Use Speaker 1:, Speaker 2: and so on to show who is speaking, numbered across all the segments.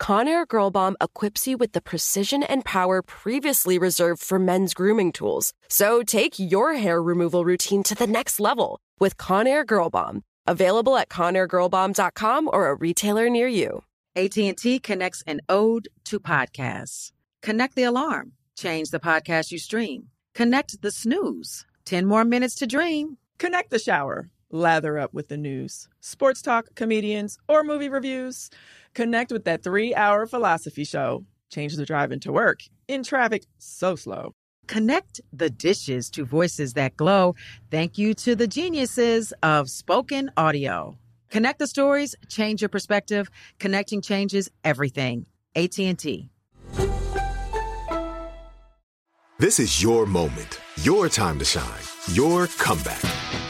Speaker 1: Conair Girl Bomb equips you with the precision and power previously reserved for men's grooming tools. So take your hair removal routine to the next level with Conair Girl Bomb, available at conairgirlbomb.com or a retailer near you.
Speaker 2: AT&T connects an ode to podcasts. Connect the alarm, change the podcast you stream. Connect the snooze, 10 more minutes to dream.
Speaker 3: Connect the shower, lather up with the news, sports talk, comedians, or movie reviews. Connect with that 3-hour philosophy show. Change the drive into work in traffic so slow.
Speaker 2: Connect the dishes to voices that glow. Thank you to the geniuses of spoken audio. Connect the stories, change your perspective. Connecting changes everything. AT&T.
Speaker 4: This is your moment, your time to shine, your comeback.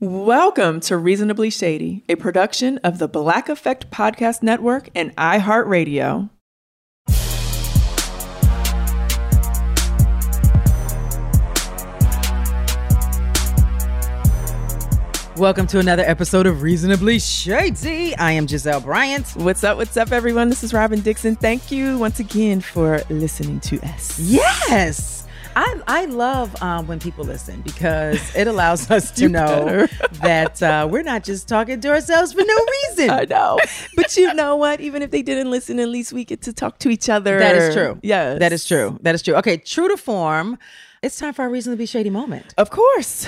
Speaker 3: Welcome to Reasonably Shady, a production of the Black Effect Podcast Network and iHeartRadio.
Speaker 2: Welcome to another episode of Reasonably Shady. I am Giselle Bryant.
Speaker 3: What's up? What's up, everyone? This is Robin Dixon. Thank you once again for listening to us.
Speaker 2: Yes. I, I love um, when people listen because it allows us to
Speaker 3: You
Speaker 2: know
Speaker 3: better.
Speaker 2: that uh, we're not just talking to ourselves for no reason.
Speaker 3: I know. But you know what? Even if they didn't listen, at least we get to talk to each other.
Speaker 2: That is true.
Speaker 3: Yes.
Speaker 2: That is true. That is true. Okay, true to form, it's time for our Reasonably Shady moment.
Speaker 3: Of course.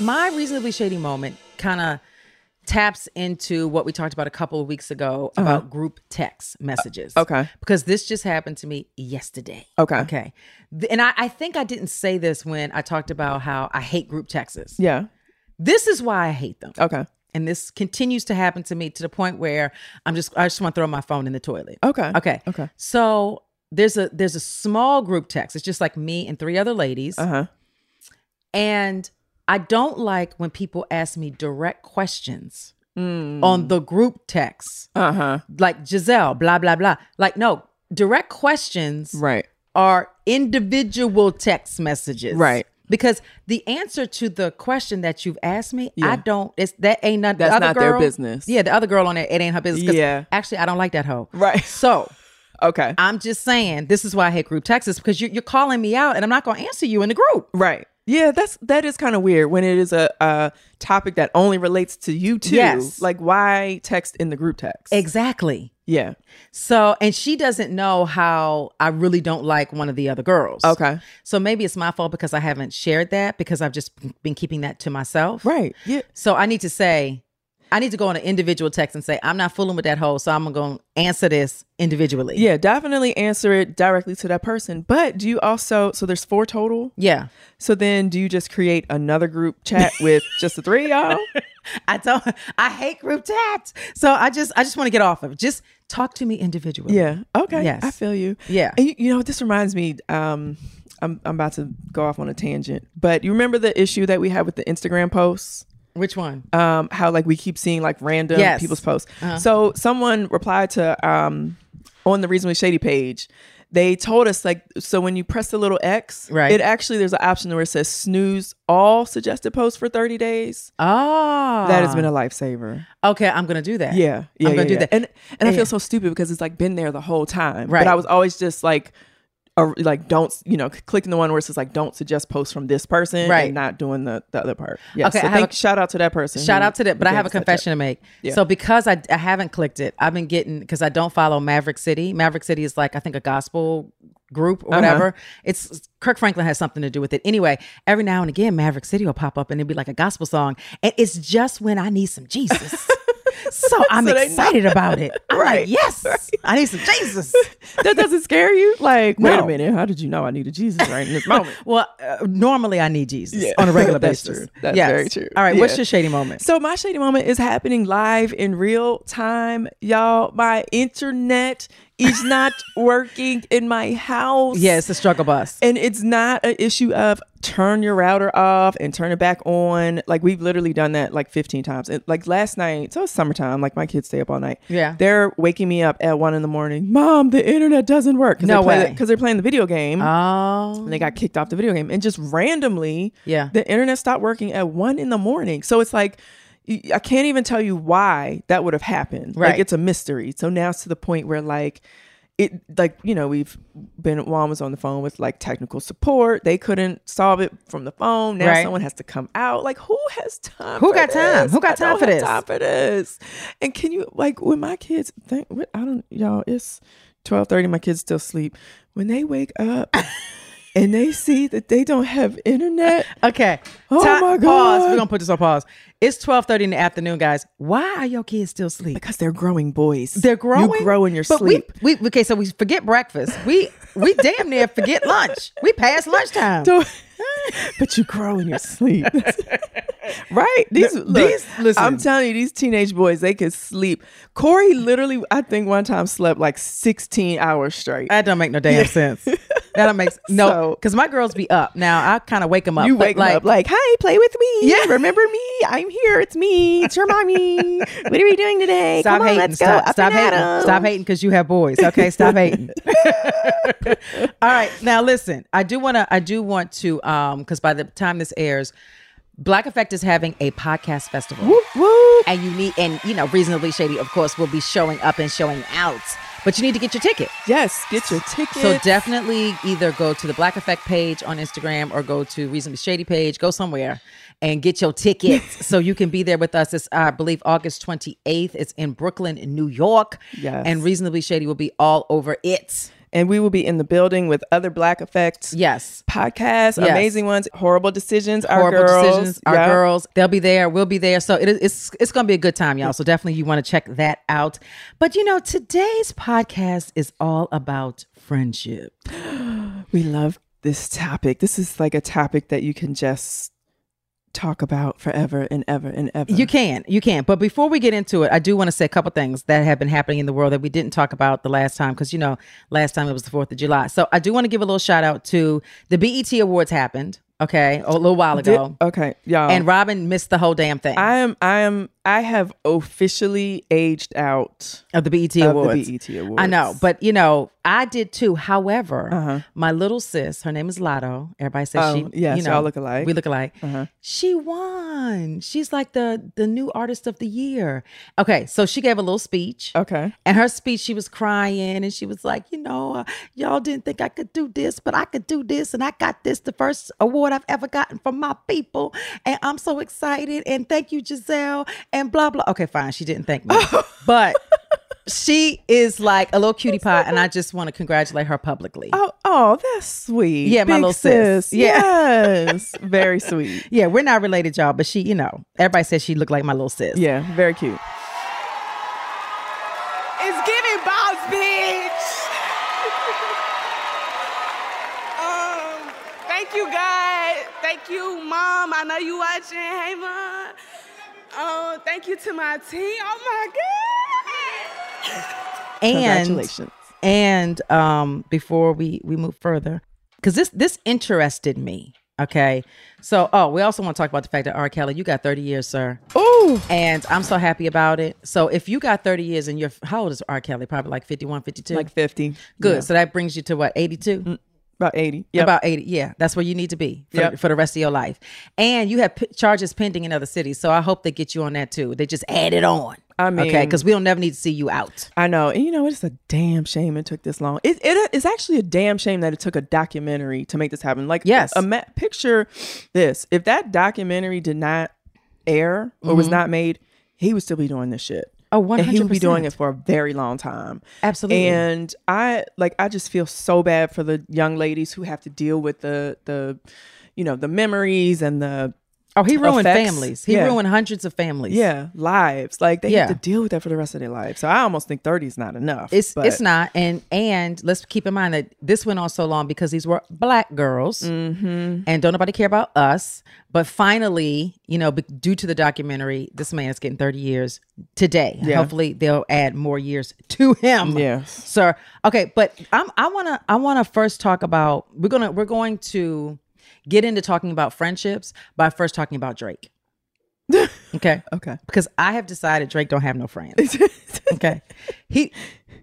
Speaker 2: My Reasonably Shady moment kind of taps into what we talked about a couple of weeks ago about group text messages.
Speaker 3: Uh-huh. Uh, Okay.
Speaker 2: Because this just happened to me yesterday.
Speaker 3: Okay.
Speaker 2: Okay. Th- And I, I think I didn't say this when I talked about how I hate group texts.
Speaker 3: Yeah.
Speaker 2: This is why I hate them.
Speaker 3: Okay.
Speaker 2: And this continues to happen to me to the point where I'm just I just want to throw my phone in the toilet.
Speaker 3: Okay.
Speaker 2: Okay.
Speaker 3: Okay.
Speaker 2: So there's a there's a small group text. It's just like me and three other ladies.
Speaker 3: Uh huh.
Speaker 2: And I don't like when people ask me direct questions on the group text.
Speaker 3: Uh Hmm. huh.
Speaker 2: Like Giselle, blah, blah, blah. Like, no, direct questions
Speaker 3: Right.
Speaker 2: are individual text messages.
Speaker 3: Right.
Speaker 2: Because the answer to the question that you've asked me, I
Speaker 3: Yeah.
Speaker 2: don't. It's that ain't not.
Speaker 3: That's
Speaker 2: the other
Speaker 3: not their
Speaker 2: girl-
Speaker 3: business.
Speaker 2: Yeah, the other girl on there, it ain't her business. 'cause
Speaker 3: Yeah.
Speaker 2: Actually, I don't like that hoe.
Speaker 3: Right.
Speaker 2: So
Speaker 3: Okay.
Speaker 2: I'm just saying, this is why I hate group texts is because you're, you're calling me out, and I'm not going to answer you in the group.
Speaker 3: Right. Yeah, that's that is kind of weird when it is a, a topic that only relates to you two.
Speaker 2: Yes.
Speaker 3: Like why text in the group text?
Speaker 2: Exactly.
Speaker 3: yeah.
Speaker 2: So, and she doesn't know how I really don't like one of the other girls.
Speaker 3: Okay.
Speaker 2: So maybe it's my fault because I haven't shared that because I've just been keeping that to myself.
Speaker 3: Right. Yeah.
Speaker 2: So I need to say, I need to go on an individual text and say, I'm not fooling with that hoe, so I'm going to answer this individually.
Speaker 3: Yeah, definitely answer it directly to that person. But do you also so there's four total?
Speaker 2: Yeah.
Speaker 3: So then do you just create another group chat with just the three of y'all?
Speaker 2: I don't I hate group chats. So I just I just want to get off of it. Just talk to me individually.
Speaker 3: Yeah. Okay.
Speaker 2: Yes.
Speaker 3: I feel you.
Speaker 2: Yeah.
Speaker 3: And you, you know, this reminds me, um, I'm I'm about to go off on a tangent. But you remember the issue that we had with the Instagram posts?
Speaker 2: Which one?
Speaker 3: um, how like we keep seeing like random
Speaker 2: Yes. Uh-huh.
Speaker 3: people's posts. So someone replied to um, on the reasonably shady page. They told us like so when you press the little X,
Speaker 2: Right.
Speaker 3: It actually there's an option where it says snooze all suggested posts for 30 days.
Speaker 2: Oh.
Speaker 3: that has been a lifesaver.
Speaker 2: Okay, I'm going to do that.
Speaker 3: Yeah, yeah,
Speaker 2: I'm
Speaker 3: yeah,
Speaker 2: going to do
Speaker 3: yeah.
Speaker 2: that.
Speaker 3: And and I
Speaker 2: Yeah.
Speaker 3: feel so stupid because it's like been there the whole time.
Speaker 2: Right.
Speaker 3: But I was always just like, a, like don't you know clicking the one where it says like don't suggest posts from this person,
Speaker 2: Right.
Speaker 3: And not doing the, the other part. Yeah.
Speaker 2: Okay,
Speaker 3: So
Speaker 2: I have
Speaker 3: thank,
Speaker 2: a-
Speaker 3: shout out to that person.
Speaker 2: Shout
Speaker 3: who-
Speaker 2: out to that. But I
Speaker 3: who
Speaker 2: have a
Speaker 3: Mm-hmm. gave us that
Speaker 2: confession
Speaker 3: tip.
Speaker 2: to make.
Speaker 3: Yeah.
Speaker 2: So because I, I haven't clicked it, I've been getting because I don't follow Maverick City. Maverick City is like I think a gospel group
Speaker 3: Uh-huh.
Speaker 2: or whatever. It's Kirk Franklin has something to do with it. Anyway, every now and again, Maverick City will pop up and it'll be like a gospel song, and it's just when I need some Jesus. So I'm
Speaker 3: So they know.
Speaker 2: excited about it. I'm like,
Speaker 3: Right.
Speaker 2: yes, I need some Jesus.
Speaker 3: that doesn't scare you? Like, wait
Speaker 2: No.
Speaker 3: a minute, how did you know I needed Jesus right in this moment?
Speaker 2: Well, uh, normally I need Jesus on a regular
Speaker 3: That's
Speaker 2: basis.
Speaker 3: true. That's
Speaker 2: Yes.
Speaker 3: very true.
Speaker 2: All right, what's
Speaker 3: Yeah.
Speaker 2: your shady moment?
Speaker 3: So my shady moment is happening live in real time, y'all. My internet is not working in my house.
Speaker 2: yeah, it's the struggle bus.
Speaker 3: And it's not an issue of turn your router off and turn it back on. Like we've literally done that like 15 times. And like last night, so it's summertime. Like my kids stay up all night.
Speaker 2: Yeah.
Speaker 3: They're waking me up at one in the morning. Mom, the internet doesn't work.
Speaker 2: No way.
Speaker 3: Because they're playing the video game.
Speaker 2: Oh,
Speaker 3: and they got kicked off the video game and just randomly
Speaker 2: Yeah.
Speaker 3: the internet stopped working at one in the morning so it's like y- i can't even tell you why that would have happened
Speaker 2: Right.
Speaker 3: like it's a mystery so now it's to the point where like it like you know we've been juan was on the phone with like technical support they couldn't solve it from the phone now
Speaker 2: Right.
Speaker 3: someone has to come out like who has time
Speaker 2: Who
Speaker 3: for
Speaker 2: got time?
Speaker 3: this?
Speaker 2: Who got
Speaker 3: I don't
Speaker 2: time for
Speaker 3: have
Speaker 2: this?
Speaker 3: time for this and can you like when my kids think what i don't y'all it's 12.30 my kids still sleep when they wake up and they see that they don't have internet.
Speaker 2: Okay.
Speaker 3: Oh
Speaker 2: Ti-
Speaker 3: my
Speaker 2: Pause. We're
Speaker 3: God.
Speaker 2: gonna put this on pause. It's twelve thirty in the afternoon, guys. Why are your kids still asleep?
Speaker 3: Because they're growing boys.
Speaker 2: They're growing.
Speaker 3: You grow in your
Speaker 2: but
Speaker 3: sleep.
Speaker 2: We, we okay. So we forget breakfast. We we damn near forget lunch. We pass lunchtime.
Speaker 3: Don't- but you grow in your sleep. right? These,
Speaker 2: Th-
Speaker 3: look,
Speaker 2: these- listen.
Speaker 3: I'm telling you, these teenage boys, they could sleep. Corey literally, I think one time slept like 16 hours straight.
Speaker 2: That don't make no damn sense. That don't make s- no.
Speaker 3: So-
Speaker 2: Because my girls be up now. I kind of wake them up.
Speaker 3: you
Speaker 2: but
Speaker 3: wake 'em up like, hi, play with me.
Speaker 2: Yeah.
Speaker 3: Remember me? I'm here. It's me. It's your mommy. what are we doing today?
Speaker 2: Stop
Speaker 3: Come on,
Speaker 2: hating.
Speaker 3: let's
Speaker 2: stop
Speaker 3: go. Up
Speaker 2: stop
Speaker 3: and at
Speaker 2: hating.
Speaker 3: 'em."
Speaker 2: Stop hating because you have boys. Okay, stop hating. All right. Now listen, I do wanna I do want to um because by the time this airs, Black Effect is having a podcast festival.
Speaker 3: Whoop, whoop.
Speaker 2: And you need and you know, reasonably shady, of course, will be showing up and showing out. But you need to get your ticket.
Speaker 3: Yes, get your tickets.
Speaker 2: So definitely either go to the Black Effect page on Instagram or go to Reasonably Shady page, go somewhere and get your tickets so you can be there with us. It's I believe August 28th. It's in Brooklyn, in New York.
Speaker 3: Yes.
Speaker 2: And Reasonably Shady will be all over it.
Speaker 3: and we will be in the building with other Black Effects
Speaker 2: Yes.
Speaker 3: podcasts,
Speaker 2: Yes.
Speaker 3: amazing ones, horrible decisions, our
Speaker 2: Horrible
Speaker 3: girls,
Speaker 2: decisions. Our
Speaker 3: yeah.
Speaker 2: girls, they'll be there. We'll be there. So it is, it's it's going to be a good time, y'all. So definitely you want to check that out. But you know, today's podcast is all about friendship.
Speaker 3: We love this topic. This is like a topic that you can just talk about forever and ever and ever.
Speaker 2: You can, you can. But before we get into it, I do want to say a couple things that have been happening in the world that we didn't talk about the last time because you know last time it was the Fourth of July. So I do want to give a little shout out to the BET Awards happened, okay, a little while
Speaker 3: Did-
Speaker 2: ago,
Speaker 3: okay, y'all.
Speaker 2: and Robin missed the whole damn thing
Speaker 3: I am I am I have officially aged out
Speaker 2: of the BET
Speaker 3: of
Speaker 2: Awards.
Speaker 3: the BET Awards. Uh-huh.
Speaker 2: I know, but you know, I did too. However, my little sis, her name is Lotto. Everybody says
Speaker 3: Oh,
Speaker 2: she,
Speaker 3: yes,
Speaker 2: you know,
Speaker 3: y'all look alike. Uh-huh.
Speaker 2: We look alike. She won. She's like the the new artist of the year. Okay, so she gave a little speech.
Speaker 3: Okay.
Speaker 2: And her speech, she was crying and she was like, you know, uh, y'all didn't think I could do this, but I could do this. And I got this, the first award I've ever gotten from my people. And I'm so excited. And thank you, Giselle. And blah, blah. Okay, fine. She didn't thank me. but She is like a little cutie pie, and I just want to congratulate her publicly.
Speaker 3: Oh, oh, that's sweet.
Speaker 2: Yeah, my
Speaker 3: Big
Speaker 2: little sis. Yeah.
Speaker 3: Yes. Very sweet.
Speaker 2: Yeah, we're not related, y'all, but she, you know, everybody says she looked like my little sis.
Speaker 3: Yeah, very cute.
Speaker 5: It's giving boss bitch. um, thank you, God. Thank you, Mom. I know you watching. Hey, Mom. Um, thank you to my team. Oh my God.
Speaker 2: and
Speaker 3: Congratulations.
Speaker 2: and um before we we move further because this this interested me okay so oh we also want to talk about the fact that r kelly you got 30 years sir
Speaker 3: Ooh.
Speaker 2: and i'm so happy about it so if you got 30 years and you're how old is r kelly probably like 51 52
Speaker 3: Like 50.
Speaker 2: good
Speaker 3: Yeah.
Speaker 2: so that brings you to what 82
Speaker 3: About 80. Yep.
Speaker 2: About 80. Yeah, that's where you need to be for,
Speaker 3: Yep.
Speaker 2: for the rest of your life. And you have p- charges pending in other cities. So I hope they get you on that too. They just add it on.
Speaker 3: I
Speaker 2: okay,
Speaker 3: mean-
Speaker 2: because we don't never need to see you out.
Speaker 3: I know. And you know, it's a damn shame it took this long. It, it it's actually a damn shame that it took a documentary to make this happen. Like
Speaker 2: Yes.
Speaker 3: a ma- picture this. If that documentary did not air or was not made, he would still be doing this shit.
Speaker 2: Mm-hmm. Oh,
Speaker 3: And he would be doing
Speaker 2: 100%.
Speaker 3: it for a very long time.
Speaker 2: Absolutely.
Speaker 3: And I like I just feel so bad for the young ladies who have to deal with the the you know, the memories and the
Speaker 2: Oh, he ruined
Speaker 3: Effects.
Speaker 2: families. He
Speaker 3: Yeah.
Speaker 2: ruined hundreds of families.
Speaker 3: yeah, lives. Like they
Speaker 2: Yeah.
Speaker 3: have to deal with that for the rest of their life. So I almost think 30 is not enough.
Speaker 2: It's
Speaker 3: but-
Speaker 2: it's not and and let's keep in mind that this went on so long because these were black girls
Speaker 3: Mm-hmm.
Speaker 2: and don't nobody care about us. But finally, you know, be- due to the documentary, this man is getting thirty years today.
Speaker 3: Yeah.
Speaker 2: Hopefully, they'll add more years to him.
Speaker 3: Yes.
Speaker 2: sir. Okay, but I'm, I wanna I wanna first talk about we're gonna we're going to get into talking about friendships by first talking about Drake. Okay.
Speaker 3: Okay.
Speaker 2: Because I have decided Drake don't have no friends. okay. He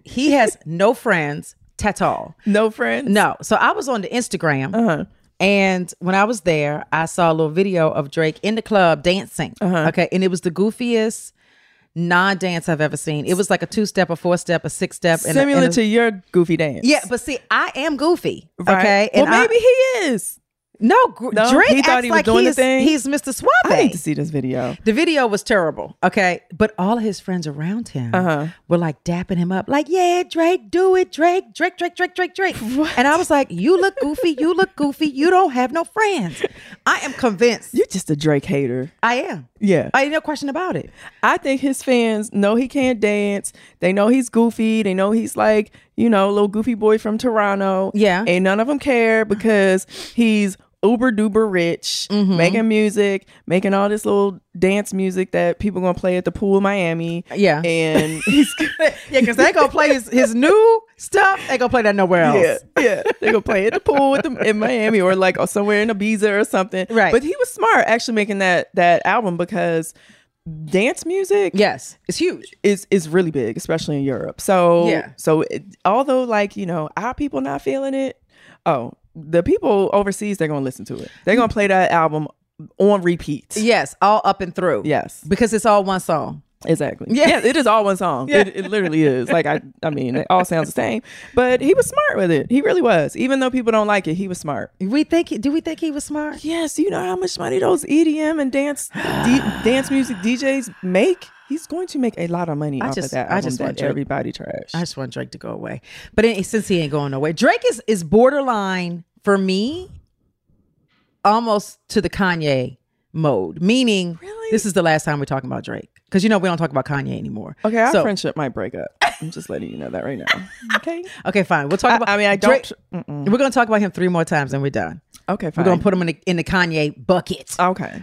Speaker 2: he has no friends at all.
Speaker 3: No friends?
Speaker 2: No. So I was on the Instagram.
Speaker 3: Uh-huh.
Speaker 2: And when I was there, I saw a little video of Drake in the club dancing.
Speaker 3: Uh-huh.
Speaker 2: Okay. And it was the goofiest non dance I've ever seen. It was like a two step, a four step, a six step. and a-
Speaker 3: Similar
Speaker 2: and a-
Speaker 3: to your goofy dance.
Speaker 2: Yeah. But see, I am goofy. Okay.
Speaker 3: Well,
Speaker 2: I-
Speaker 3: maybe he is.
Speaker 2: no, gr-
Speaker 3: No,
Speaker 2: Drake
Speaker 3: he thought
Speaker 2: acts
Speaker 3: he was
Speaker 2: like
Speaker 3: doing the
Speaker 2: he's,
Speaker 3: thing.
Speaker 2: he's Mr. Suave.
Speaker 3: I need to see this video.
Speaker 2: The video was terrible, okay? But all of his friends around him
Speaker 3: Uh-huh.
Speaker 2: were like dapping him up, like, yeah, Drake, do it, Drake, Drake, Drake, Drake, Drake, Drake. And I was like, you look goofy, you look goofy, you don't have no friends. I am convinced.
Speaker 3: You're just a Drake hater.
Speaker 2: I am.
Speaker 3: Yeah. I,
Speaker 2: I ain't no question about it.
Speaker 3: think his fans know he can't dance. They know he's goofy. They know he's like, you know, a little goofy boy from Toronto.
Speaker 2: Yeah.
Speaker 3: And none of them care because he's uber duper rich,
Speaker 2: Mm-hmm.
Speaker 3: making music, making all this little dance music that people going to play at the pool in Miami.
Speaker 2: Yeah.
Speaker 3: And he's.
Speaker 2: Yeah, because they gonna play his, his new stuff, they gonna play that nowhere else.
Speaker 3: Yeah, yeah. They gonna play at the pool with them in Miami or like or somewhere in Ibiza or something.
Speaker 2: Right.
Speaker 3: But he was smart actually making that that album because dance music
Speaker 2: Yes, it's huge.
Speaker 3: is is really big, especially in Europe. So
Speaker 2: Yeah.
Speaker 3: So it, although like you know our people not feeling it, oh the people overseas they're gonna listen to it. They're gonna play that album on repeat.
Speaker 2: Yes, all up and through.
Speaker 3: Yes.
Speaker 2: Because it's all one song.
Speaker 3: Exactly. Yeah. it is all one song. It, it literally is. Like I, I mean, it all sounds the same. But he was smart with it. He really was. Even though people don't like it, he was smart.
Speaker 2: We think do we think he was smart?
Speaker 3: Yes, you know how much money those EDM and dance d- dance music DJs make. He's going to make a lot of money
Speaker 2: I
Speaker 3: off
Speaker 2: just-
Speaker 3: of that.
Speaker 2: I
Speaker 3: Album
Speaker 2: just
Speaker 3: that
Speaker 2: want Drake-
Speaker 3: everybody trash.
Speaker 2: I just want Drake to go away. But it, since he ain't going nowhere, Drake is is borderline for me, almost to the Kanye mode. Meaning,
Speaker 3: Really?
Speaker 2: this is the last time we're talking about Drake because you know we don't talk about Kanye anymore.
Speaker 3: okay, our
Speaker 2: so,
Speaker 3: friendship might break up. I'm just letting you know that right now. Okay.
Speaker 2: Okay, fine. We'll talk
Speaker 3: I-
Speaker 2: about.
Speaker 3: I mean, I
Speaker 2: Drake-
Speaker 3: don't-
Speaker 2: we're gonna talk about him three more times and we're done.
Speaker 3: Okay. Fine.
Speaker 2: We're gonna put him in the in the Kanye bucket.
Speaker 3: Okay.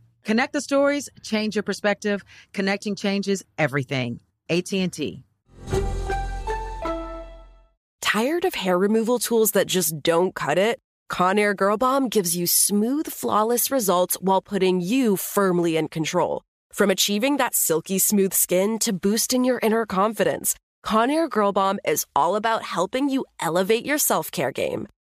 Speaker 2: Connect the stories, change your perspective. Connecting changes everything. AT&T.
Speaker 1: Tired of hair removal tools that just don't cut it? Conair Girl Bomb gives you smooth, flawless results while putting you firmly in control. From achieving that silky smooth skin to boosting your inner confidence, Conair Girl Bomb is all about helping you elevate your self-care game.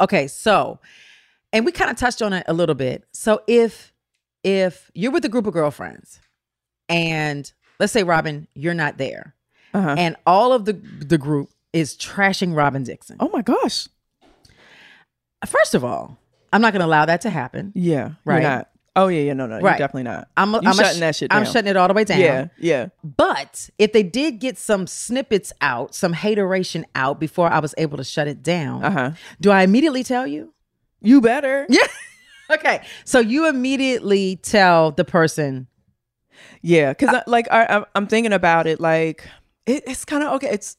Speaker 2: okay, so and we kind of touched on it a little bit. So if if you're with a group of girlfriends and let's say Robin, you're not there.
Speaker 3: Uh-huh.
Speaker 2: And all of the the group is trashing Robin Dixon.
Speaker 3: Oh my gosh.
Speaker 2: First of all, I'm not going to allow that to happen.
Speaker 3: Yeah.
Speaker 2: Right.
Speaker 3: You're not. Oh yeah, yeah, no, no, you're
Speaker 2: Right.
Speaker 3: definitely not.
Speaker 2: I'm,
Speaker 3: You
Speaker 2: I'm a
Speaker 3: shutting
Speaker 2: sh-
Speaker 3: that shit
Speaker 2: I'm
Speaker 3: down.
Speaker 2: shutting it all the way down.
Speaker 3: Yeah, yeah.
Speaker 2: But if they did get some snippets out, some hateration out before I was able to shut it down,
Speaker 3: Uh huh.
Speaker 2: do I immediately tell you?
Speaker 3: You better.
Speaker 2: Yeah. okay. So you immediately tell the person,
Speaker 3: Yeah, because like I, I'm- I'm thinking about it, like it, it's kind of okay. It's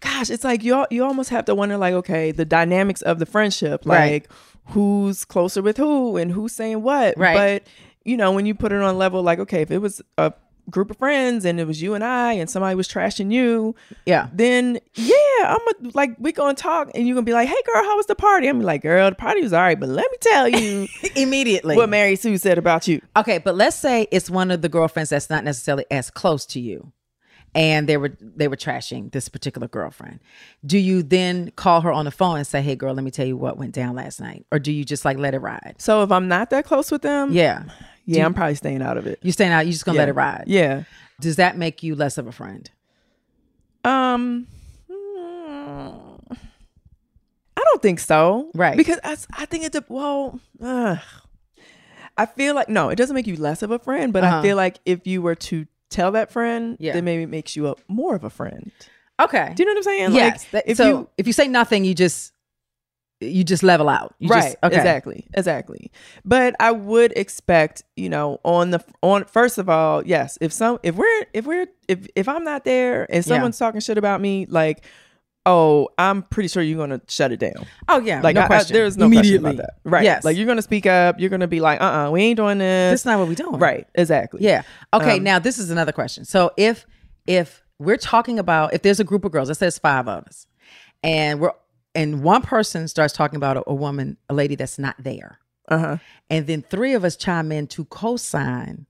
Speaker 3: gosh, it's like you al- you almost have to wonder, like okay, the dynamics of the friendship,
Speaker 2: Right.
Speaker 3: like who's closer with who and who's saying what.
Speaker 2: Right.
Speaker 3: But you know, when you put it on level, like okay, if it was a group of friends and it was you and I and somebody was trashing you,
Speaker 2: yeah,
Speaker 3: then yeah, I'm a, like we gonna talk and you gonna be like, hey girl, how was the party? I'm like, girl, the party was all right, but let me tell you
Speaker 2: immediately.
Speaker 3: what Mary Sue said about you.
Speaker 2: okay, but let's say it's one of the girlfriends that's not necessarily as close to you. And they were they were trashing this particular girlfriend. Do you then call her on the phone and say, "Hey, girl, let me tell you what went down last night," or do you just like let it ride?
Speaker 3: So if I'm not that close with them,
Speaker 2: Yeah,
Speaker 3: yeah, I'm probably staying out of it.
Speaker 2: you staying out. You just gonna let it ride.
Speaker 3: Mm. Yeah.
Speaker 2: Does that make you less of a friend?
Speaker 3: Um, mm, I don't don't think so.
Speaker 2: Right.
Speaker 3: Because I, s- I think it's a, well, ugh. I feel like, no, it doesn't make you less of a friend, but
Speaker 2: Uh-huh.
Speaker 3: I feel like if you were to tell that friend,
Speaker 2: Yeah.
Speaker 3: then maybe it makes you a more of a friend.
Speaker 2: Okay.
Speaker 3: Do you know what I'm saying?
Speaker 2: Yes.
Speaker 3: Like,
Speaker 2: if so you, if you say nothing, you just you just level out. You
Speaker 3: right.
Speaker 2: Just, okay.
Speaker 3: Exactly. Exactly. But I would expect, you know, on the on first of all, yes, if some if we're if we're if if I'm not there and
Speaker 2: Yeah.
Speaker 3: someone's talking shit about me, like, oh, I'm pretty sure you're gonna shut it down.
Speaker 2: Oh yeah.
Speaker 3: Like
Speaker 2: no
Speaker 3: I- I-
Speaker 2: question.
Speaker 3: there's no question
Speaker 2: Immediately.
Speaker 3: about that. Right.
Speaker 2: Yes.
Speaker 3: Like you're gonna speak up, you're gonna be like, uh uh we ain't doing this.
Speaker 2: That's not what we doing.
Speaker 3: Right, exactly.
Speaker 2: Yeah. Okay.
Speaker 3: Um,
Speaker 2: now this is another question. So if if we're talking about if there's a group of girls, let's say it's five of us, and we're and one person starts talking about a, a woman, a lady that's not there,
Speaker 3: uh-huh.
Speaker 2: and then three of us chime in to co-sign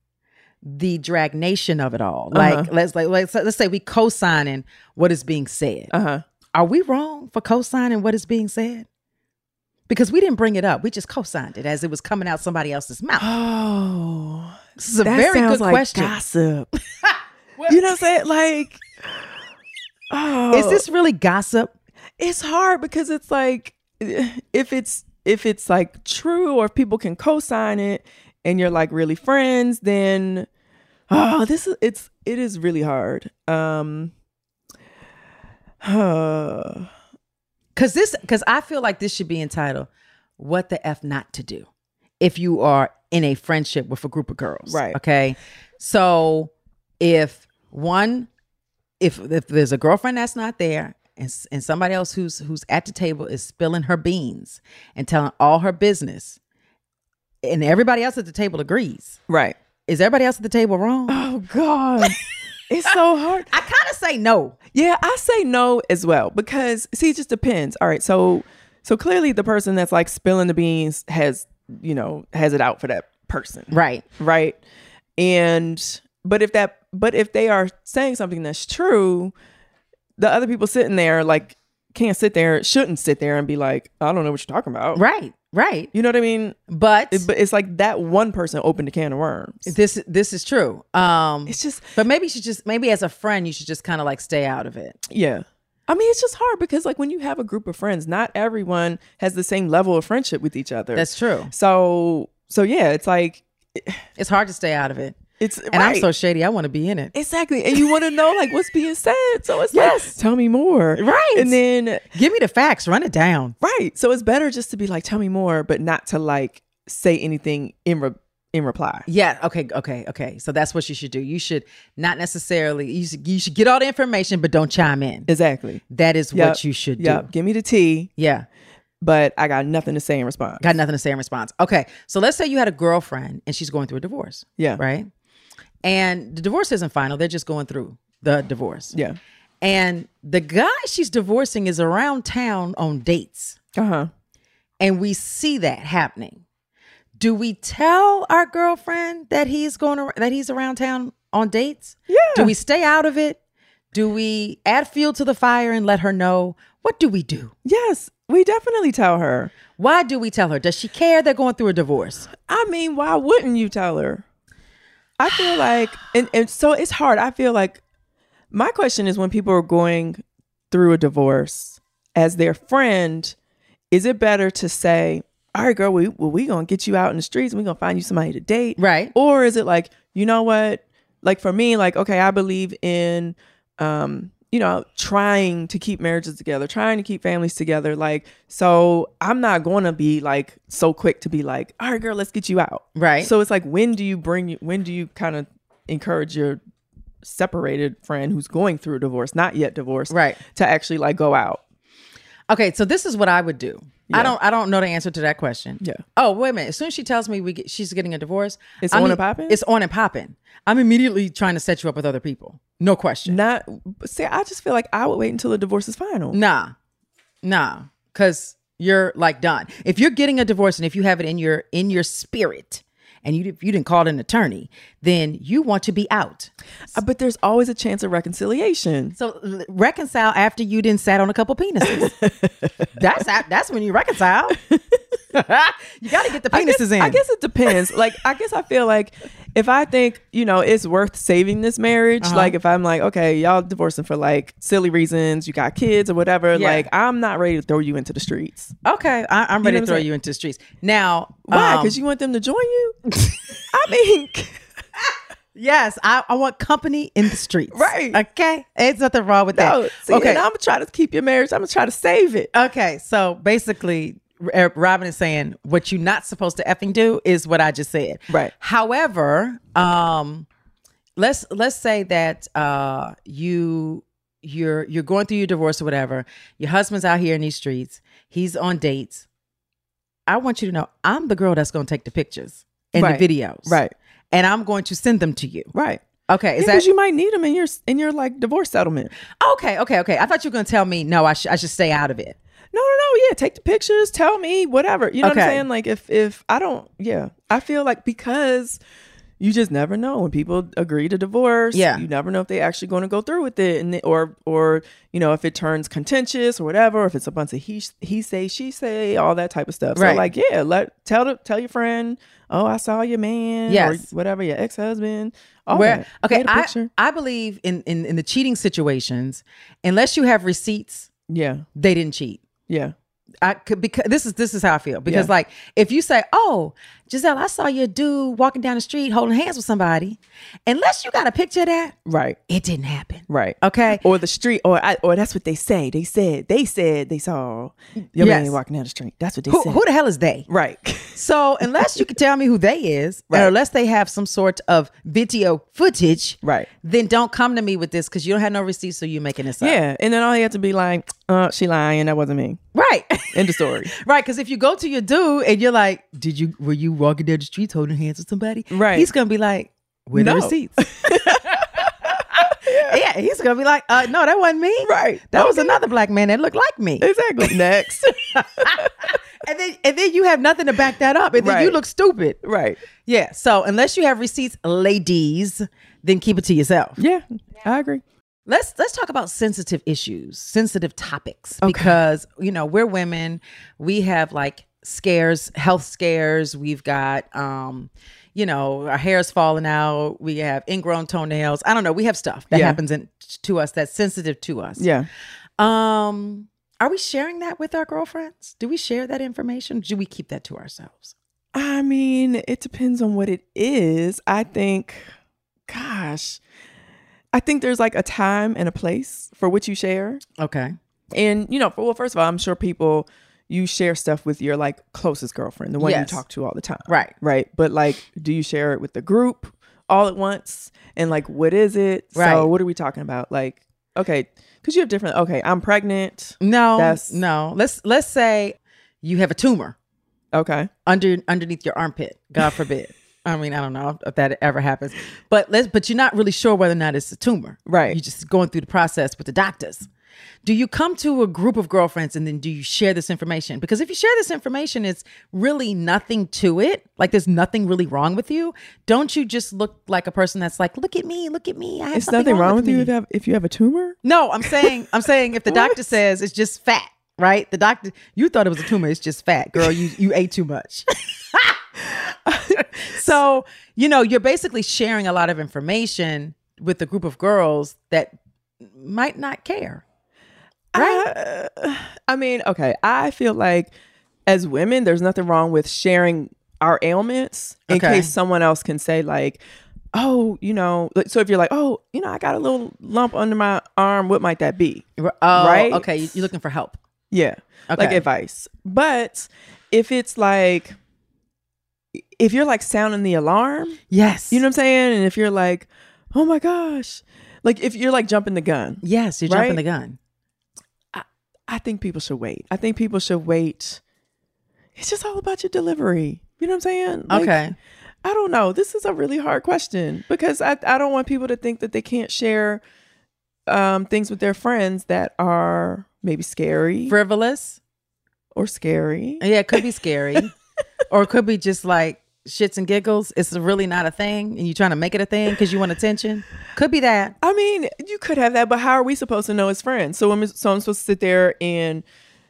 Speaker 2: the dragnation of it all. Like
Speaker 3: Uh-huh.
Speaker 2: let's like let's, let's say we co-signing what is being said.
Speaker 3: Uh-huh.
Speaker 2: Are we wrong for co-signing what is being said? Because we didn't bring it up, we just co-signed it as it was coming out somebody else's mouth.
Speaker 3: Oh,
Speaker 2: this is a
Speaker 3: that
Speaker 2: very
Speaker 3: sounds
Speaker 2: good
Speaker 3: like
Speaker 2: question.
Speaker 3: Gossip. you know what I'm saying? Like oh
Speaker 2: Is this really gossip?
Speaker 3: it's hard because it's like if it's if it's like true or if people can co-sign it and you're like really friends then oh this is it's it is really hard um
Speaker 2: Cause this, cause I feel like this should be entitled "What the F Not to Do" if you are in a friendship with a group of girls,
Speaker 3: Right.
Speaker 2: Okay, so if one, if if there's a girlfriend that's not there, and s- and somebody else who's who's at the table is spilling her beans and telling all her business, and everybody else at the table agrees,
Speaker 3: right?
Speaker 2: Is everybody else at the table wrong?
Speaker 3: Oh God, it's so hard.
Speaker 2: I kind of say no.
Speaker 3: Yeah, I say no as well because see, it just depends. All right, so so clearly the person that's like spilling the beans has you know has it out for that person,
Speaker 2: right?
Speaker 3: Right, and but if that but if they are saying something that's true, the other people sitting there like can't sit there, shouldn't sit there and be like, I don't know what you're talking about,
Speaker 2: right? Right.
Speaker 3: You know what I mean?
Speaker 2: But
Speaker 3: but it's like that one person opened a can of worms.
Speaker 2: This this is true. Um
Speaker 3: It's just
Speaker 2: But maybe you should just maybe as a friend you should just kind of like stay out of it.
Speaker 3: Yeah. I mean, it's just hard because, like, when you have a group of friends, not everyone has the same level of friendship with each other.
Speaker 2: That's true.
Speaker 3: So, so yeah, it's like
Speaker 2: it's hard to stay out of it.
Speaker 3: It's
Speaker 2: And I'm
Speaker 3: right.
Speaker 2: so shady. I want to be in it.
Speaker 3: exactly, and you want to know like what's being said. So it's yes, tell me more,
Speaker 2: Right.
Speaker 3: And then
Speaker 2: give me the facts, run it down,
Speaker 3: right? So it's better just to be like, tell me more, but not to like say anything in re- in reply.
Speaker 2: Yeah. Okay. Okay. Okay. So that's what you should do. You should not necessarily. You should, you should get all the information, but don't chime in.
Speaker 3: Exactly.
Speaker 2: That is
Speaker 3: Yep.
Speaker 2: what you should
Speaker 3: Yep.
Speaker 2: do.
Speaker 3: Give me the tea.
Speaker 2: Yeah.
Speaker 3: But I got nothing to say in response.
Speaker 2: Got nothing to say in response. Okay. So let's say you had a girlfriend and she's going through a divorce.
Speaker 3: Yeah.
Speaker 2: Right. And the divorce isn't final. They're just going through the divorce.
Speaker 3: Yeah.
Speaker 2: And the guy she's divorcing is around town on dates.
Speaker 3: Uh huh.
Speaker 2: And we see that happening. Do we tell our girlfriend that he's going ar- that he's around town on dates? Yeah. Do we stay out of it? Do we add fuel to the fire and let her know? What do we do?
Speaker 3: Yes, we definitely tell her.
Speaker 2: Why do we tell her? Does she care they're going through a divorce?
Speaker 3: I mean, why wouldn't you tell her? I feel like, and, and so it's hard. I feel like my question is when people are going through a divorce as their friend, is it better to say, all right, girl, we, well, we going to get you out in the streets and we going to find you somebody to date?
Speaker 2: Right.
Speaker 3: Or is it like, you know what? Like for me, like, okay, I believe in, um, you know, trying to keep marriages together, trying to keep families together. Like, so I'm not going to be like so quick to be like, all right, girl, let's get you out.
Speaker 2: Right.
Speaker 3: So it's like, when do you bring, when do you kind of encourage your separated friend who's going through a divorce, not yet divorced,
Speaker 2: Right.
Speaker 3: to actually like go out?
Speaker 2: Okay, so this is what I would do. I don't I don't know the answer to that question.
Speaker 3: Yeah.
Speaker 2: Oh, wait a minute. As soon as she tells me we get, she's getting a divorce,
Speaker 3: It's
Speaker 2: I'm
Speaker 3: on
Speaker 2: im-
Speaker 3: and popping?
Speaker 2: It's on and popping. I'm immediately trying to set you up with other people. No question.
Speaker 3: Not, see, I just feel like I would wait until the divorce is final.
Speaker 2: Nah. Nah. Cause you're like done. If you're getting a divorce and if you have it in your in your spirit and you if you didn't call an attorney, then you want to be out.
Speaker 3: Uh, But there's always a chance of reconciliation.
Speaker 2: So l- reconcile after you didn't sat on a couple penises. that's a- that's when you reconcile. you got to get the
Speaker 3: I guess-
Speaker 2: penises in.
Speaker 3: I guess it depends. like I guess I feel like if I think, you know, it's worth saving this marriage,
Speaker 2: Uh-huh.
Speaker 3: like if I'm like, okay, y'all divorcing for like silly reasons, you got kids or whatever,
Speaker 2: Yeah.
Speaker 3: like I'm not ready to throw you into the streets.
Speaker 2: Okay, I, I'm ready
Speaker 3: You know what I'm
Speaker 2: to throw
Speaker 3: saying?
Speaker 2: you into the streets now.
Speaker 3: Why?
Speaker 2: um,
Speaker 3: Because you want them to join you? I mean,
Speaker 2: yes, I, I want company in the streets.
Speaker 3: Right.
Speaker 2: Okay. It's nothing wrong with
Speaker 3: no.
Speaker 2: that.
Speaker 3: See,
Speaker 2: okay.
Speaker 3: I'm gonna try to keep your marriage. I'm gonna try to save it. Uh,
Speaker 2: Okay, so basically, R- er, Robin is saying what you're not supposed to effing do is what I just said.
Speaker 3: Right.
Speaker 2: However, um, let's let's say that uh, you you're you're going through your divorce or whatever. Your husband's out here in these streets. He's on dates. I want you to know I'm the girl that's going to take the pictures and
Speaker 3: Right.
Speaker 2: the videos.
Speaker 3: Right.
Speaker 2: And I'm going to send them to you.
Speaker 3: Right.
Speaker 2: Okay. Is
Speaker 3: Because
Speaker 2: that
Speaker 3: you might need them in your in your like divorce settlement.
Speaker 2: okay? Okay. Okay. I thought you were going to tell me no. I should I should stay out of it.
Speaker 3: No, no, no. Yeah, take the pictures. Tell me whatever. You know what I'm
Speaker 2: Okay.
Speaker 3: saying? Like if if I don't, yeah, I feel like because you just never know when people agree to divorce.
Speaker 2: Yeah.
Speaker 3: you never know if they actually going to go through with it, and they- or or you know if it turns contentious or whatever. If it's a bunch of he he say she say all that type of stuff.
Speaker 2: Right.
Speaker 3: So like yeah, let tell the, tell your friend. Oh, I saw your man.
Speaker 2: Yes.
Speaker 3: or whatever your ex husband. Oh,
Speaker 2: Where okay,
Speaker 3: Get a
Speaker 2: I,
Speaker 3: picture.
Speaker 2: I believe in, in in the cheating situations, unless you have receipts,
Speaker 3: yeah,
Speaker 2: they didn't cheat.
Speaker 3: yeah,
Speaker 2: I could because this is this is how I feel because
Speaker 3: Yeah.
Speaker 2: like if you say, "Oh, Giselle, I saw your dude walking down the street holding hands with somebody," unless you got a picture of that,
Speaker 3: right,
Speaker 2: it didn't happen.
Speaker 3: right.
Speaker 2: Okay,
Speaker 3: or the street, or I, or that's what they say. They said they said they saw your
Speaker 2: Yes.
Speaker 3: man walking down the street. That's what they
Speaker 2: who,
Speaker 3: said.
Speaker 2: who the hell is they?
Speaker 3: right?
Speaker 2: So unless you can tell me who they is,
Speaker 3: Right.
Speaker 2: or unless they have some sort of video footage,
Speaker 3: Right.
Speaker 2: then don't come to me with this because you don't have no receipts, so you're making this up.
Speaker 3: Yeah, and then all they had to be like, uh, "She lying. That wasn't me."
Speaker 2: right.
Speaker 3: End of story.
Speaker 2: Right, because if you go to your dude and you're like, "Did you were you walking down the streets holding hands with somebody?"
Speaker 3: Right.
Speaker 2: he's gonna be like, "Where
Speaker 3: No.
Speaker 2: the receipts?" yeah. he's gonna be like, uh, "No, that wasn't me.
Speaker 3: Right.
Speaker 2: that was
Speaker 3: Okay.
Speaker 2: another black man that looked like me."
Speaker 3: exactly. Next.
Speaker 2: and then and then you have nothing to back that up, and then you
Speaker 3: Right.
Speaker 2: look stupid.
Speaker 3: right.
Speaker 2: Yeah, so unless you have receipts, ladies, then keep it to yourself.
Speaker 3: Yeah, I agree.
Speaker 2: Let's let's talk about sensitive issues, sensitive topics because you know, we're women, we have like scares, health scares, we've got um you know, our hair's falling out, we have ingrown toenails. I don't know, we have stuff that
Speaker 3: Yeah.
Speaker 2: happens in, to us that's sensitive to us.
Speaker 3: Yeah.
Speaker 2: Um are we sharing that with our girlfriends? Do we share that information? Do we keep that to ourselves?
Speaker 3: I mean, it depends on what it is. I think, gosh, I think there's like a time and a place for what you share.
Speaker 2: Okay.
Speaker 3: And you know, well, first of all, I'm sure people you share stuff with your like closest girlfriend, the one
Speaker 2: Yes.
Speaker 3: you talk to all the time.
Speaker 2: Right.
Speaker 3: Right. But like, do you share it with the group all at once? And like, what is it?
Speaker 2: Right.
Speaker 3: So what are we talking about? Like, okay, because you have different. Okay, I'm pregnant.
Speaker 2: No.
Speaker 3: That's-
Speaker 2: no. Let's let's say you have a tumor.
Speaker 3: Okay.
Speaker 2: under underneath your armpit. God forbid. I mean, I don't know if that ever happens, but let's. But you're not really sure whether or not it's a tumor,
Speaker 3: Right.
Speaker 2: You're just going through the process with the doctors. Do you come to a group of girlfriends and then do you share this information? Because if you share this information, it's really nothing to it. Like there's nothing really wrong with you. Don't you just look like a person that's like, look at me, look at me. I have
Speaker 3: It's nothing wrong, with you
Speaker 2: me."
Speaker 3: if you have if you have a tumor.
Speaker 2: No, I'm saying I'm saying if the doctor says it's just fat, right? The doctor you thought it was a tumor, it's just fat. Girl, you you ate too much. so, you know, you're basically sharing a lot of information with a group of girls that might not care.
Speaker 3: Right. I mean, okay. I feel like as women, there's nothing wrong with sharing our ailments in
Speaker 2: Okay.
Speaker 3: case someone else can say like, "Oh, you know." like, So if you're like, "Oh, you know, I got a little lump under my arm. What might that be?"
Speaker 2: Oh, right?
Speaker 3: Right.
Speaker 2: okay. you- You're looking for help.
Speaker 3: Yeah. Like
Speaker 2: Okay.
Speaker 3: advice. But if it's like, if you're like sounding the alarm,
Speaker 2: Yes.
Speaker 3: you know what I'm saying, and if you're like, "Oh my gosh," like if you're like jumping the gun,
Speaker 2: Yes, you're jumping
Speaker 3: Right?
Speaker 2: the gun.
Speaker 3: I think people should wait. I think people should wait. It's just all about your delivery. You know what I'm saying? Like,
Speaker 2: okay.
Speaker 3: I don't know. This is a really hard question because I, I don't want people to think that they can't share um, things with their friends that are maybe scary
Speaker 2: Frivolous.
Speaker 3: or scary.
Speaker 2: Yeah, it could be scary. or it could be just like shits and giggles. It's really not a thing and you're trying to make it a thing because you want attention. Could be that.
Speaker 3: I mean, you could have that, but how are we supposed to know it's friends? So, I'm, so I'm supposed to sit there and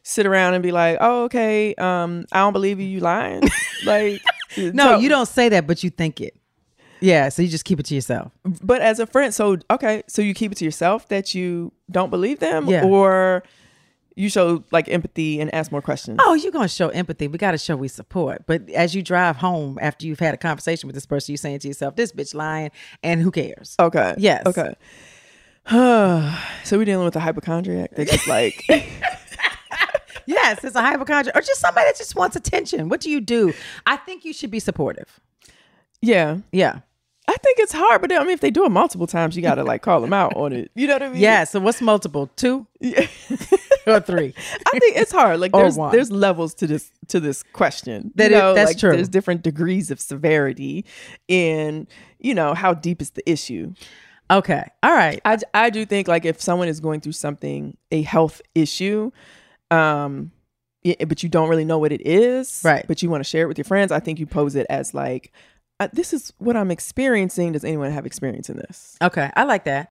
Speaker 3: sit around and be like, oh, okay, um, I don't believe you, you lying. like,
Speaker 2: No,
Speaker 3: so-
Speaker 2: you don't say that, but you think it. Yeah, so you just keep it to yourself.
Speaker 3: But as a friend, so okay, so you keep it to yourself that you don't believe them, or you show like empathy and ask more questions.
Speaker 2: Oh, you're gonna show empathy. We gotta show we support. But as you drive home after you've had a conversation with this person, you're saying to yourself, "This bitch lying," and who cares?
Speaker 3: Okay.
Speaker 2: Oh, Yes.
Speaker 3: Okay. so we're dealing with a hypochondriac that just like
Speaker 2: yes, it's a hypochondriac, or just somebody that just wants attention. What do you do? I think you should be supportive.
Speaker 3: Yeah.
Speaker 2: Yeah.
Speaker 3: I think it's hard, but I mean, if they do it multiple times, you gotta like call them out on it. You know what I mean?
Speaker 2: Yeah. So what's multiple? Two
Speaker 3: Yeah.
Speaker 2: or three?
Speaker 3: I think it's hard. Like
Speaker 2: Or
Speaker 3: there's
Speaker 2: one.
Speaker 3: there's levels to this to this question.
Speaker 2: That
Speaker 3: you
Speaker 2: is-
Speaker 3: know,
Speaker 2: that's
Speaker 3: like,
Speaker 2: true.
Speaker 3: There's different degrees of severity, in you know how deep is the issue.
Speaker 2: Okay. All right.
Speaker 3: I I do think like if someone is going through something a health issue, um, y- but you don't really know what it is,
Speaker 2: Right.
Speaker 3: But you want to share it with your friends. I think you pose it as like, uh, this is what I'm experiencing. Does anyone have experience in this?
Speaker 2: Okay. I like that.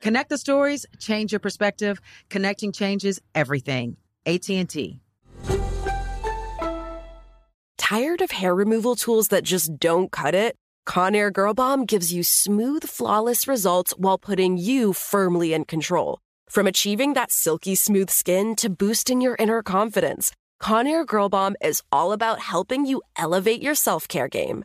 Speaker 6: Connect the stories, change your perspective. Connecting changes everything. AT&T.
Speaker 1: Tired of hair removal tools that just don't cut it? Conair Girl Bomb gives you smooth, flawless results while putting you firmly in control. From achieving that silky smooth skin to boosting your inner confidence, Conair Girl Bomb is all about helping you elevate your self care game.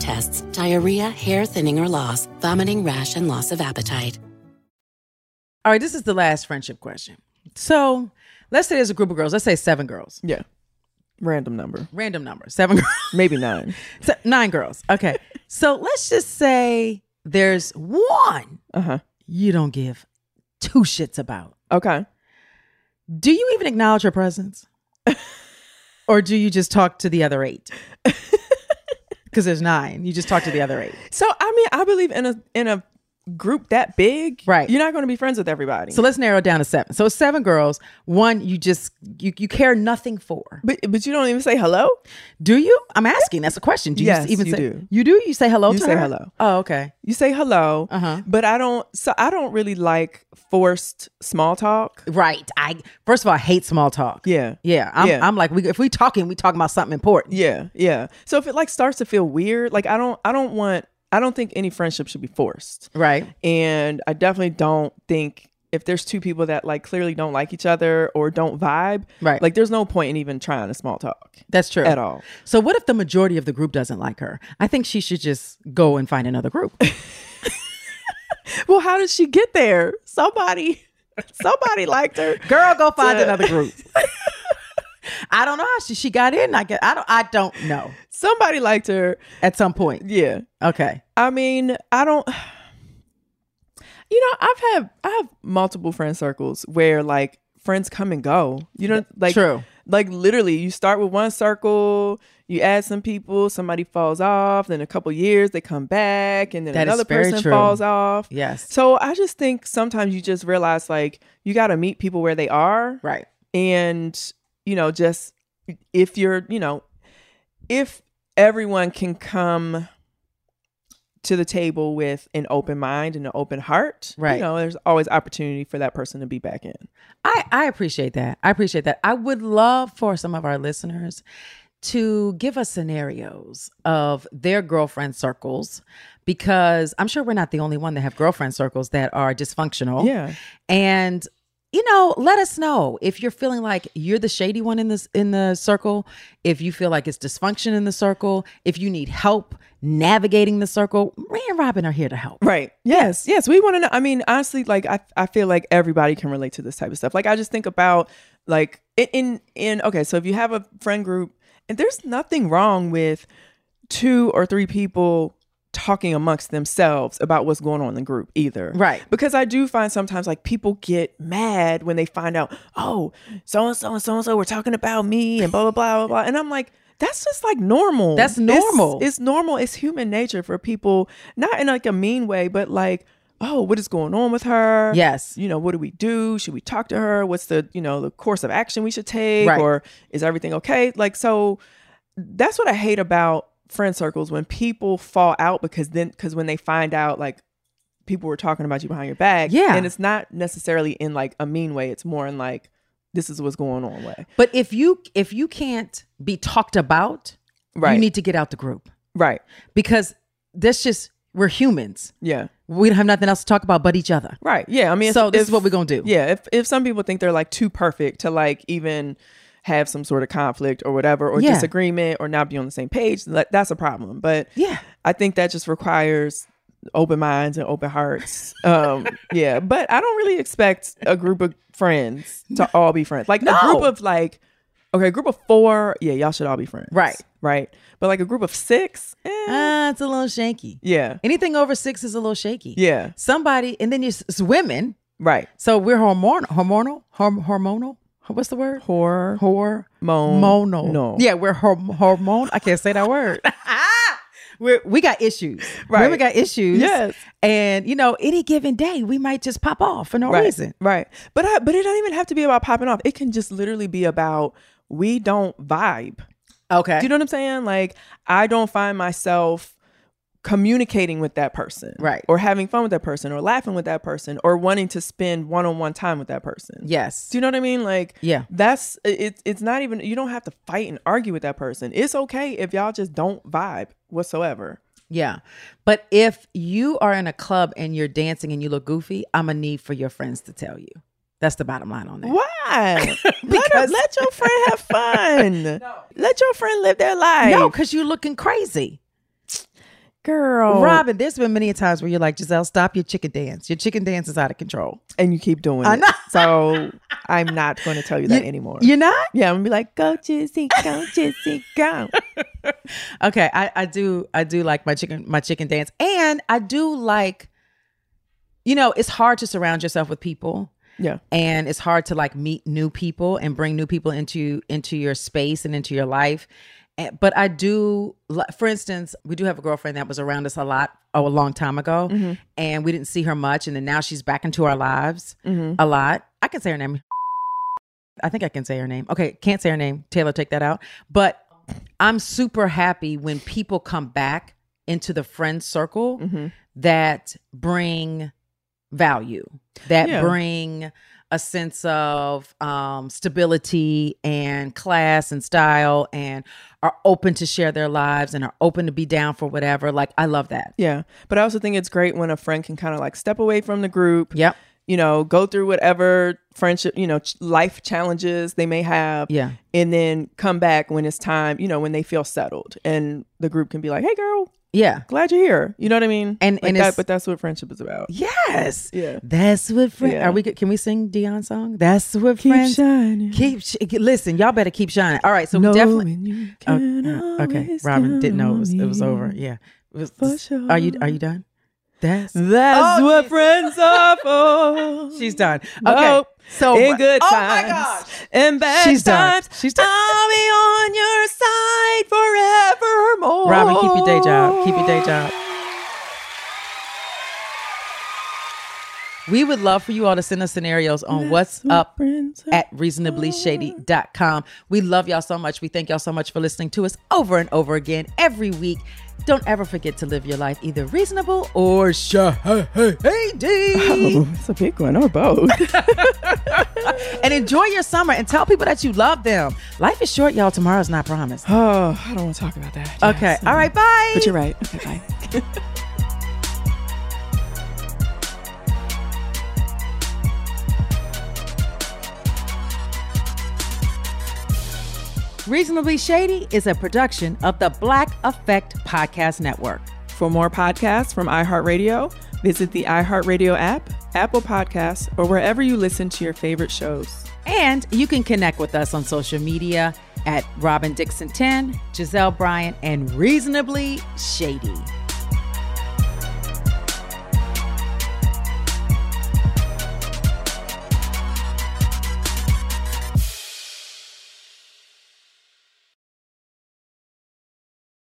Speaker 7: tests, diarrhea, hair thinning or loss, vomiting, rash, and loss of appetite.
Speaker 2: All right, this is the last friendship question. So let's say there's a group of girls. Let's say seven girls.
Speaker 3: Yeah. Random number.
Speaker 2: Random number. Seven girls.
Speaker 3: Maybe nine.
Speaker 2: Se- nine girls. Okay. so let's just say there's one
Speaker 3: uh-huh.
Speaker 2: you don't give two shits about.
Speaker 3: Okay.
Speaker 2: Do you even acknowledge her presence? or do you just talk to the other eight? Because there's nine. You just talk to the other eight.
Speaker 3: So I mean, I believe in a in a group that big,
Speaker 2: right?
Speaker 3: You're not going to be friends with everybody.
Speaker 2: So let's narrow it down to seven. So seven girls, one you just you you care nothing for,
Speaker 3: but but you don't even say hello.
Speaker 2: Do you? I'm asking. That's a question. Do you
Speaker 3: yes,
Speaker 2: even
Speaker 3: you
Speaker 2: say
Speaker 3: do.
Speaker 2: you do? You say hello.
Speaker 3: You
Speaker 2: to
Speaker 3: say
Speaker 2: her?
Speaker 3: hello.
Speaker 2: Oh, okay.
Speaker 3: You say hello.
Speaker 2: Uh huh.
Speaker 3: But I don't. So I don't really like forced small talk.
Speaker 2: Right. I first of all I hate small talk.
Speaker 3: Yeah.
Speaker 2: Yeah. I'm,
Speaker 3: Yeah.
Speaker 2: I'm like we, if we talking, we talking about something important.
Speaker 3: Yeah, yeah. So if it like starts to feel weird, like I don't, I don't want, I don't think any friendship should be forced.
Speaker 2: Right.
Speaker 3: and I definitely don't think if there's two people that like clearly don't like each other or don't vibe,
Speaker 2: Right.
Speaker 3: Like there's no point in even trying to small talk
Speaker 2: That's true.
Speaker 3: at all.
Speaker 2: So what if the majority of the group doesn't like her? I think she should just go and find another group.
Speaker 3: Well, how did she get there? Somebody, somebody liked her.
Speaker 2: Girl, go find
Speaker 3: So-
Speaker 2: another group. I don't know how she, she got in. I get I don't I don't know.
Speaker 3: Somebody liked her.
Speaker 2: At some point.
Speaker 3: Yeah.
Speaker 2: Okay.
Speaker 3: I mean, I don't. You know, I've had I have multiple friend circles where like friends come and go. You know, like
Speaker 2: True.
Speaker 3: like literally, you start with one circle, you add some people, somebody falls off, then a couple years they come back, and then
Speaker 2: That is
Speaker 3: another
Speaker 2: very
Speaker 3: person
Speaker 2: true.
Speaker 3: falls off.
Speaker 2: Yes.
Speaker 3: So I just think sometimes you just realize like you got to meet people where they are,
Speaker 2: Right.
Speaker 3: and you know, just if you're, you know, if everyone can come to the table with an open mind and an open heart,
Speaker 2: Right.
Speaker 3: You know, there's always opportunity for that person to be back in.
Speaker 2: I, I appreciate that. I appreciate that. I would love for some of our listeners to give us scenarios of their girlfriend circles because I'm sure we're not the only one that have girlfriend circles that are dysfunctional.
Speaker 3: Yeah.
Speaker 2: And you know, let us know if you're feeling like you're the shady one in this in the circle, if you feel like it's dysfunction in the circle, if you need help navigating the circle. Me and Robin are here to help.
Speaker 3: Right. Yes. Yes. We want to know. I mean, honestly, like I, I feel like everybody can relate to this type of stuff. Like I just think about like in in, in okay, so if you have a friend group and there's nothing wrong with two or three people talking amongst themselves about what's going on in the group either.
Speaker 2: Right.
Speaker 3: Because I do find sometimes like people get mad when they find out, oh, so and so and so and so were talking about me and blah blah blah blah blah. And I'm like, that's just like normal.
Speaker 2: That's
Speaker 3: It's-
Speaker 2: normal.
Speaker 3: It's, normal. It's human nature for people, not in like a mean way, but like, oh, what is going on with her?
Speaker 2: Yes.
Speaker 3: You know, what do we do? Should we talk to her? What's the, you know, the course of action we should take?
Speaker 2: Right.
Speaker 3: Or is everything okay? Like, so that's what I hate about friend circles when people fall out because then because when they find out like people were talking about you behind your back.
Speaker 2: Yeah.
Speaker 3: And it's not necessarily in like a mean way. It's more in like this is what's going on way.
Speaker 2: But if you if you can't be talked about,
Speaker 3: Right.
Speaker 2: you need to get out the group.
Speaker 3: Right.
Speaker 2: because that's just we're humans.
Speaker 3: Yeah.
Speaker 2: We don't have nothing else to talk about but each other.
Speaker 3: Right. Yeah. I mean,
Speaker 2: so
Speaker 3: if-
Speaker 2: this
Speaker 3: if-
Speaker 2: is what we're gonna do.
Speaker 3: Yeah. If if some people think they're like too perfect to like even have some sort of conflict or whatever or
Speaker 2: Yeah.
Speaker 3: disagreement or not be on the same page, that- that's a problem. But
Speaker 2: Yeah.
Speaker 3: I think that just requires open minds and open hearts. Um, yeah, but I don't really expect a group of friends to all be friends. Like
Speaker 2: No.
Speaker 3: a group of like, okay, a group of four, yeah, y'all should all be friends,
Speaker 2: Right.
Speaker 3: Right. But like a group of six, eh,
Speaker 2: Ah, it's a little shaky.
Speaker 3: yeah,
Speaker 2: Anything over six is a little shaky.
Speaker 3: yeah,
Speaker 2: Somebody, and then it's, it's women.
Speaker 3: right.
Speaker 2: So we're hormonal, hormonal, horm- hormonal. What's the word?
Speaker 3: Horror,
Speaker 2: Hormonal.
Speaker 3: moan, no,
Speaker 2: Yeah, we're horm- hormone. I can't say that word. we're, we got issues.
Speaker 3: Right.
Speaker 2: Women got issues.
Speaker 3: Yes.
Speaker 2: And, you know, any given day, we might just pop off for no
Speaker 3: right,
Speaker 2: reason.
Speaker 3: Right. But I, but it don't even have to be about popping off. It can just literally be about we don't vibe.
Speaker 2: Okay.
Speaker 3: Do you know what I'm saying? Like I don't find myself communicating with that person,
Speaker 2: Right.
Speaker 3: Or having fun with that person, or laughing with that person, or wanting to spend one-on-one time with that person.
Speaker 2: Yes.
Speaker 3: Do you know what I mean? Like,
Speaker 2: Yeah.
Speaker 3: that's it. It's not even you don't have to fight and argue with that person. It's okay if y'all just don't vibe whatsoever.
Speaker 2: Yeah. But if you are in a club and you're dancing and you look goofy, I'm going to need for your friends to tell you. That's the bottom line on that.
Speaker 3: Why? let, her- let your friend have fun. Let your friend live their life.
Speaker 2: No, because you're looking crazy.
Speaker 3: Girl.
Speaker 2: Robin, there's been many a times where you're like, Giselle, stop your chicken dance. Your chicken dance is out of control.
Speaker 3: And you keep doing
Speaker 2: I
Speaker 3: it.
Speaker 2: know.
Speaker 3: So I'm not going to tell you that anymore.
Speaker 2: You're not?
Speaker 3: Yeah, I'm going to be like, go Jizzy, go Jizzy, go.
Speaker 2: Okay. I, I do I do like my chicken my chicken dance. And I do like, you know, it's hard to surround yourself with people.
Speaker 3: Yeah.
Speaker 2: and it's hard to like meet new people and bring new people into into your space and into your life And- but i do li- for instance we do have a girlfriend that was around us a lot oh a long time ago
Speaker 3: Mhm.
Speaker 2: and we didn't see her much and then now she's back into our lives
Speaker 3: Mhm.
Speaker 2: a lot i can say her name i think i can say her name okay can't say her name taylor take that out but i'm super happy when people come back into the friend circle
Speaker 3: Mm-hmm.
Speaker 2: that bring value that
Speaker 3: Yeah.
Speaker 2: bring a sense of um, stability and class and style and are open to share their lives and are open to be down for whatever like i love that
Speaker 3: Yeah. But I also think it's great when a friend can kind of like step away from the group.
Speaker 2: Yep.
Speaker 3: You know, go through whatever friendship, you know, ch- life challenges they may have.
Speaker 2: Yeah.
Speaker 3: And then come back when it's time, you know, when they feel settled and the group can be like, hey, girl,
Speaker 2: yeah
Speaker 3: glad you're here. You know what I mean?
Speaker 2: And-
Speaker 3: Like
Speaker 2: and
Speaker 3: that-
Speaker 2: it's-
Speaker 3: but that's what friendship is about.
Speaker 2: yes
Speaker 3: Yeah.
Speaker 2: that's what friends
Speaker 3: Yeah.
Speaker 2: are we good can we sing dion song that's what
Speaker 3: Keep
Speaker 2: friends
Speaker 3: shining.
Speaker 2: keep sh- listen y'all better keep shining all right so we definitely Oh, yeah, okay robin didn't know it was, it was over yeah it was, are you are you done that's
Speaker 3: That's
Speaker 2: Oh,
Speaker 3: what friends are for.
Speaker 2: she's done okay
Speaker 3: Oh,
Speaker 2: so
Speaker 3: in good
Speaker 2: oh my
Speaker 3: times and bad
Speaker 2: She's done.
Speaker 3: times,
Speaker 2: She's done.
Speaker 3: I'll be on your side forevermore.
Speaker 2: Robin, keep your day job. Keep your day job. We would love for you all to send us scenarios on what's up at reasonablyshady.com. We love y'all so much. We thank y'all so much for listening to us over and over again every week. Don't ever forget to live your life either reasonable or shady.
Speaker 3: Oh, it's a big one, or both.
Speaker 2: and enjoy your summer and tell people that you love them. Life is short, y'all. Tomorrow's not promised.
Speaker 3: oh, I don't want to talk about that.
Speaker 2: Okay. All right. Bye.
Speaker 3: But you're right. Okay, bye.
Speaker 2: Reasonably Shady is a production of the Black Effect Podcast Network.
Speaker 3: For more podcasts from iHeartRadio, visit the iHeartRadio app, Apple Podcasts, or wherever you listen to your favorite shows.
Speaker 2: And you can connect with us on social media at Robin Dixon 10, Giselle Bryant, and Reasonably Shady.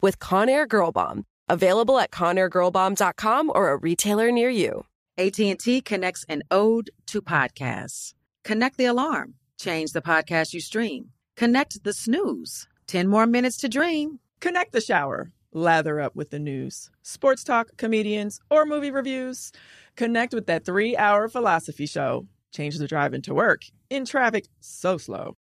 Speaker 1: with Conair Girl Bomb. Available at conairgirlbomb.com or a retailer near you.
Speaker 6: AT&T connects an ode to podcasts. Connect the alarm. Change the podcast you stream. Connect the snooze. 10 more minutes to dream.
Speaker 3: Connect the shower. Lather up with the news, sports talk, comedians, or movie reviews. Connect with that three hour philosophy show. Change the drive into work. In traffic, so slow.